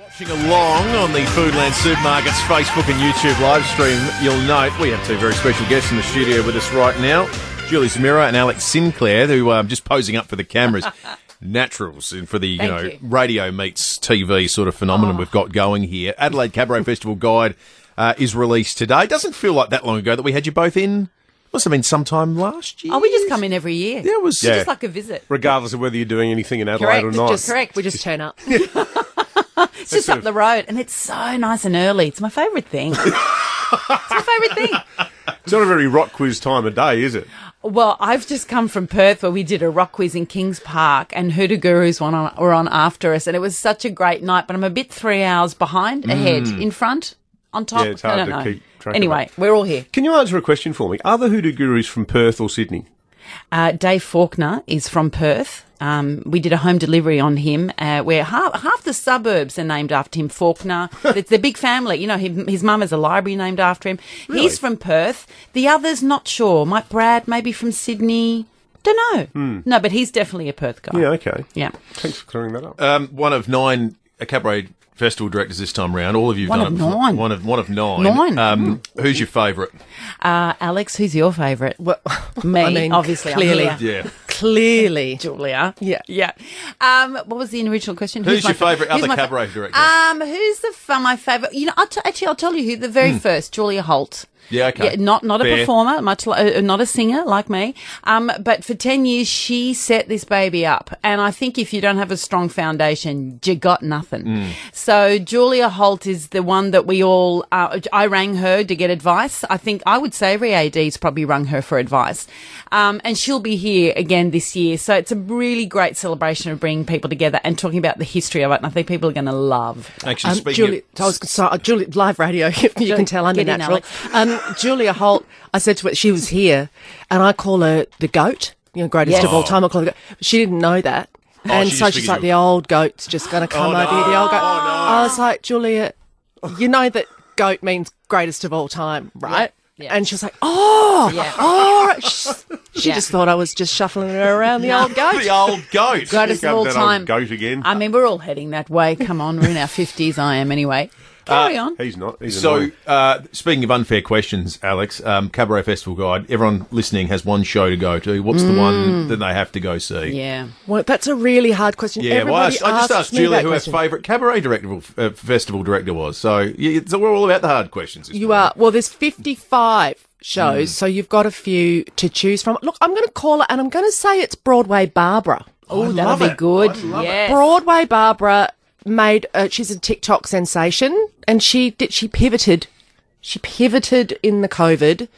Watching along on the Foodland Supermarkets Facebook and YouTube live stream, you'll note we have two very special guests in the studio with us right now Julie Samira and Alex Sinclair, who are just posing up for the cameras. Naturals and for the you Thank know you. Oh. radio meets TV sort of phenomenon we've got going here. Adelaide Cabaret Festival guide uh, is released today. Doesn't feel like that long ago that we had you both in. Must have been sometime last year. Oh, we just come in every year. Yeah, it was- It's Yeah. just like a visit. regardless of whether you're doing anything in Adelaide Correct. or not. Just correct. We just turn up. It's just up the road, and it's so nice and early. It's my favourite thing. it's my favourite thing. It's not a very rock quiz time of day, is it? Well, I've just come from Perth where we did a rock quiz in Kings Park, and Hoodoo Gurus one on, were on after us, and it was such a great night. But I'm a bit three hours behind, ahead, in front, on top. Mm. Yeah, it's I hard don't to know. keep track of anyway, we're all here. Can you answer a question for me? Are the hoodoo gurus from Perth or Sydney? Uh, Dave Faulkner is from Perth. Um, we did a home delivery on him uh, where half, half the suburbs are named after him. Faulkner. it's a big family. You know, he, his mum has a library named after him. He's from Perth. The others, not sure. Mike Brad, maybe from Sydney. Don't know. No, but he's definitely a Perth guy. Yeah, okay. Yeah. Thanks for clearing that up. um, one of nine uh, cabaret festival directors this time round. All of you One done of it. nine. One of one of nine. Nine. Um, Mm. Who's your favourite? Uh, Alex, who's your favourite? Well, Me, I mean, obviously. I'm Clearly. here. Yeah. Clearly. Julia. Yeah. Yeah. Um, what was the original question? Who's my your favourite who's other my fa- cabaret director? Um, who's the fa- my favourite? You know, I'll t- actually, I'll tell you who. The very first, Julia Holt. Hmm. Yeah, okay. not not Fair. a performer, much li- uh, not a singer like me. Um, but for ten years, she set this baby up, and I think if you don't have a strong foundation, you got nothing. Mm. So Julia Holt is the one that we all. Uh, I rang her to get advice. I think I would say every AD's probably rung her for advice, um, and she'll be here again this year. So it's a really great celebration of bringing people together and talking about the history of it. And I think people are going to love. Actually, Um, speaking Julia, of, I was, sorry, Julia, live radio, you can tell I'm a get in, natural. Um, Julia Holt, I said to her, she was here, and I call her the goat, you know, greatest Yes. of all time. I call her the goat. She didn't know that. and Oh, she so just she's figured like, you- the old goat's just going to come no. over here, the old goat. Oh, no. I was like, Julia, you know that goat means greatest of all time, right? Yeah. Yeah. And she was like, oh, Yeah. oh, right. she, she Yeah. just thought I was just shuffling her around the old goat. the old goat. Greatest Pick of up all that time. Uh, old goat again. I mean, we're all heading that way. Come on, we're in our fifties. I am anyway. Carry on. He's not. He's So, annoying. uh, speaking of unfair questions, Alex, um, Cabaret Festival Guide, everyone listening has one show to go to. What's the Mm. one that they have to go see? Yeah. Well, that's a really hard question. Yeah, well, I, I Everybody just asks asked me Julia that who question. her favourite cabaret director, uh, festival director was. So, yeah, so we're all about the hard questions. this You morning. are well. There's 55 Hmm. shows, so you've got a few to choose from. Look, I'm going to call it, and I'm going to say it's Broadway Barbara. Oh, that'll be good. Yes. Broadway Barbara made. Uh, she's a TikTok sensation, and she did. She pivoted. She pivoted in the COVID,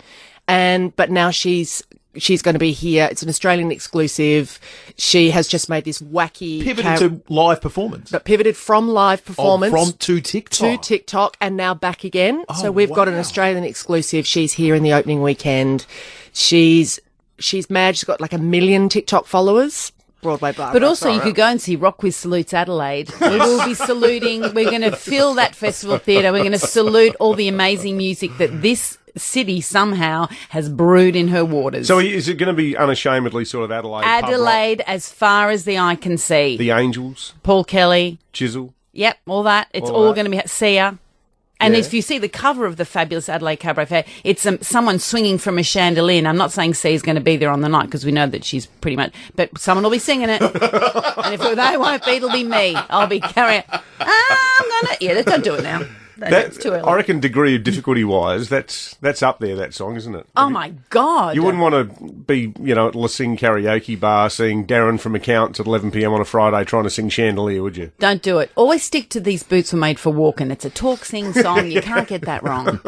and but now she's. She's going to be here. It's an Australian exclusive. She has just made this wacky Pivoted to live performance. but pivoted from live performance Oh, From to TikTok. to TikTok and now back again. so we've got an wow. Australian exclusive. She's here in the opening weekend. She's she's mad. She's got like a million TikTok followers. Broadway bar. But also, you could go and see Rock with Salutes Adelaide. We will be saluting. We're going to fill that festival theatre. We're going to salute all the amazing music that this city somehow has brewed in her waters. so is it going to be unashamedly sort of Adelaide? pub rock? Adelaide, as far as the eye can see. the Angels, Paul Kelly. Chisel. Yep, all that. It's All all, that. going to be see ya. And Yeah. if you see the cover of the fabulous Adelaide Cabaret Fair, it's um, someone swinging from a chandelier. And I'm not saying C is going to be there on the night because we know that she's pretty much, but someone will be singing it. and if they won't be, it'll be me. I'll be carrying. "Ah, I'm gonna. Yeah, don't do it now. That, it's too I early. reckon degree of difficulty wise, that's that's up there. That song, isn't it? Oh my god! You wouldn't want to be, you know, at La Sing karaoke bar seeing Darren from Accounts at 11 p.m. on a Friday trying to sing Chandelier, would you? Don't do it. Always stick to these boots were made for walking. It's a talk, sing, song. You can't get that wrong.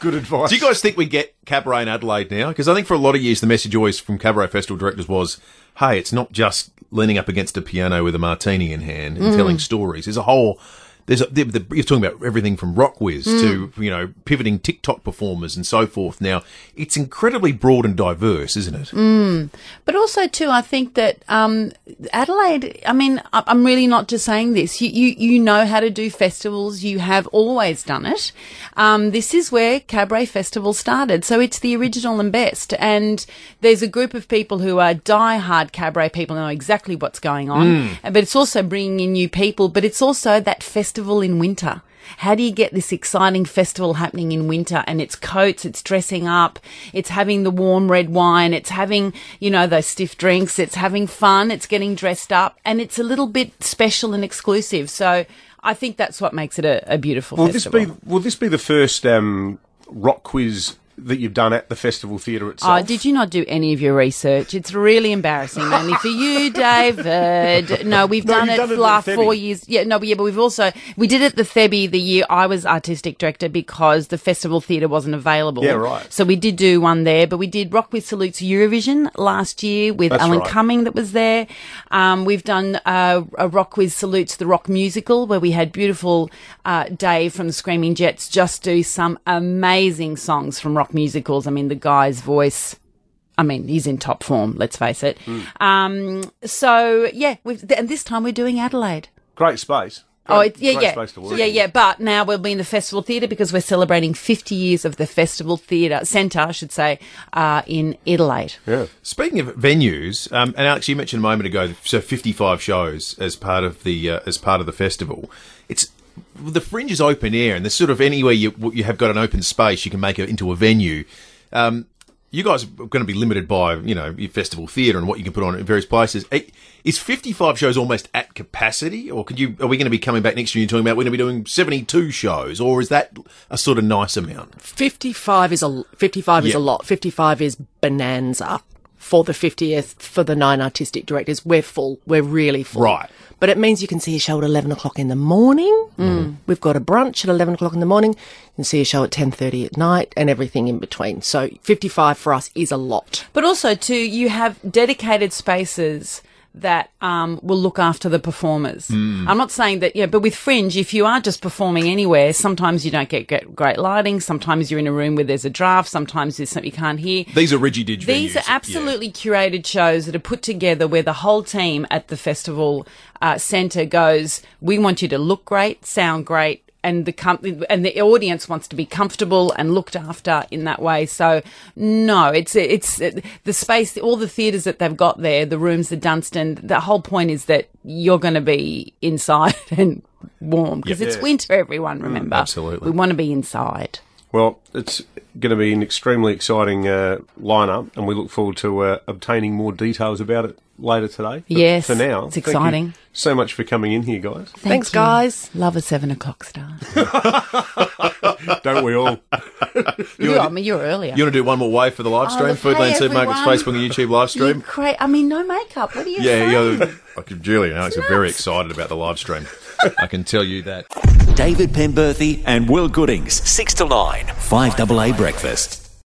Good advice. Do you guys think we get cabaret in Adelaide now? Because I think for a lot of years, the message always from cabaret festival directors was, Mm-hmm. "Hey, it's not just leaning up against a piano with a martini in hand and telling stories. There's a whole There's a, the, the, you're talking about everything from rock whiz Mm. to you know pivoting TikTok performers and so forth. Now it's incredibly broad and diverse, isn't it? But also too, I think that um, Adelaide. I mean, I- I'm really not just saying this. You, you you know how to do festivals. You have always done it. Um, this is where cabaret festival started. So it's the original and best. And there's a group of people who are die-hard cabaret people know exactly what's going on. But it's also bringing in new people. But it's also that festival in winter. How do you get this exciting festival happening in winter? And it's coats, it's dressing up, it's having the warm red wine, it's having, you know, those stiff drinks, it's having fun, it's getting dressed up, and it's a little bit special and exclusive. So I think that's what makes it a, a beautiful Will festival. this be will this be the first um, rock quiz that you've done at the festival theatre itself? Oh, did you not do any of your research? It's really embarrassing, only for you, David. No, we've No, done you've it done it for at the last Thebe. four years. Yeah, no, but yeah, but we've also we did it at the Thebe the year I was artistic director because the festival theatre wasn't available. Yeah, right. So we did do one there, but we did Rock with Salutes Eurovision last year with That's Alan right. Cumming that was there. Um, we've done uh, a Rock with Salutes the Rock musical where we had beautiful uh, Dave from the Screaming Jets just do some amazing songs from rock musicals. I mean, the guy's voice. I mean, he's in top form. Let's face it. Hmm. Um, so yeah, we've, th- and this time we're doing Adelaide. Great space. Oh, Great- it, yeah, great yeah, space to work yeah, in. yeah. But now we'll be in the festival theatre because we're celebrating 50 years of the festival theatre centre, I should say, uh, in Adelaide. Speaking of venues, um, and Alex, you mentioned a moment ago, so fifty-five shows as part of the uh, as part of the festival. It's the fringe is open air, and there's sort of anywhere you you have got an open space, you can make it into a venue. Um, you guys are going to be limited by you know your festival theatre and what you can put on at various places. Eh, Is fifty-five shows almost at capacity, or could you? Are we going to be coming back next year and talking about we're going to be doing seventy-two shows, or is that a sort of nice amount? 55 is a 55 is Yeah. a lot. 55 is bonanza for the 50th for the nine artistic directors. We're full. We're really full. Right. But it means you can see a show at 11 o'clock in the morning. Mm. We've got a brunch at 11 o'clock in the morning. You can see a show at 10.30 at night and everything in between. So 55 for us is a lot. But also, too, you have dedicated spaces that um, will look after the performers. I'm not saying that, yeah, but with Fringe, if you are just performing anywhere, sometimes you don't get, get great lighting. Sometimes you're in a room where there's a draft. Sometimes there's something you can't hear. These are rigid venues. These are yeah. absolutely curated shows that are put together where the whole team at the festival uh, centre goes, we want you to look great, sound great. And the com- and the audience wants to be comfortable and looked after in that way. So no, it's it's the space, all the theatres that they've got there, the rooms, the Dunstan. The whole point is that you're going to be inside and warm because it's winter. Everyone remember, Mm, absolutely. we want to be inside. Well, it's going to be an extremely exciting uh, lineup, and we look forward to uh, obtaining more details about it later today. But Yes, for now, it's thank you exciting. so much for coming in here, guys. Thanks, you. guys. Love a seven o'clock star. Don't we all? You, I mean, you're earlier. You want to do one more wave for the live stream? the Foodland play, Supermarket's Facebook Oh, everyone. and YouTube live You stream. cra- I mean, no makeup. What do you yeah, saying? yeah. I could, Julie and Alex are very excited about the live stream. I can tell you that. David Penberthy and Will Goodings, 6 to 9, 5AA Breakfast.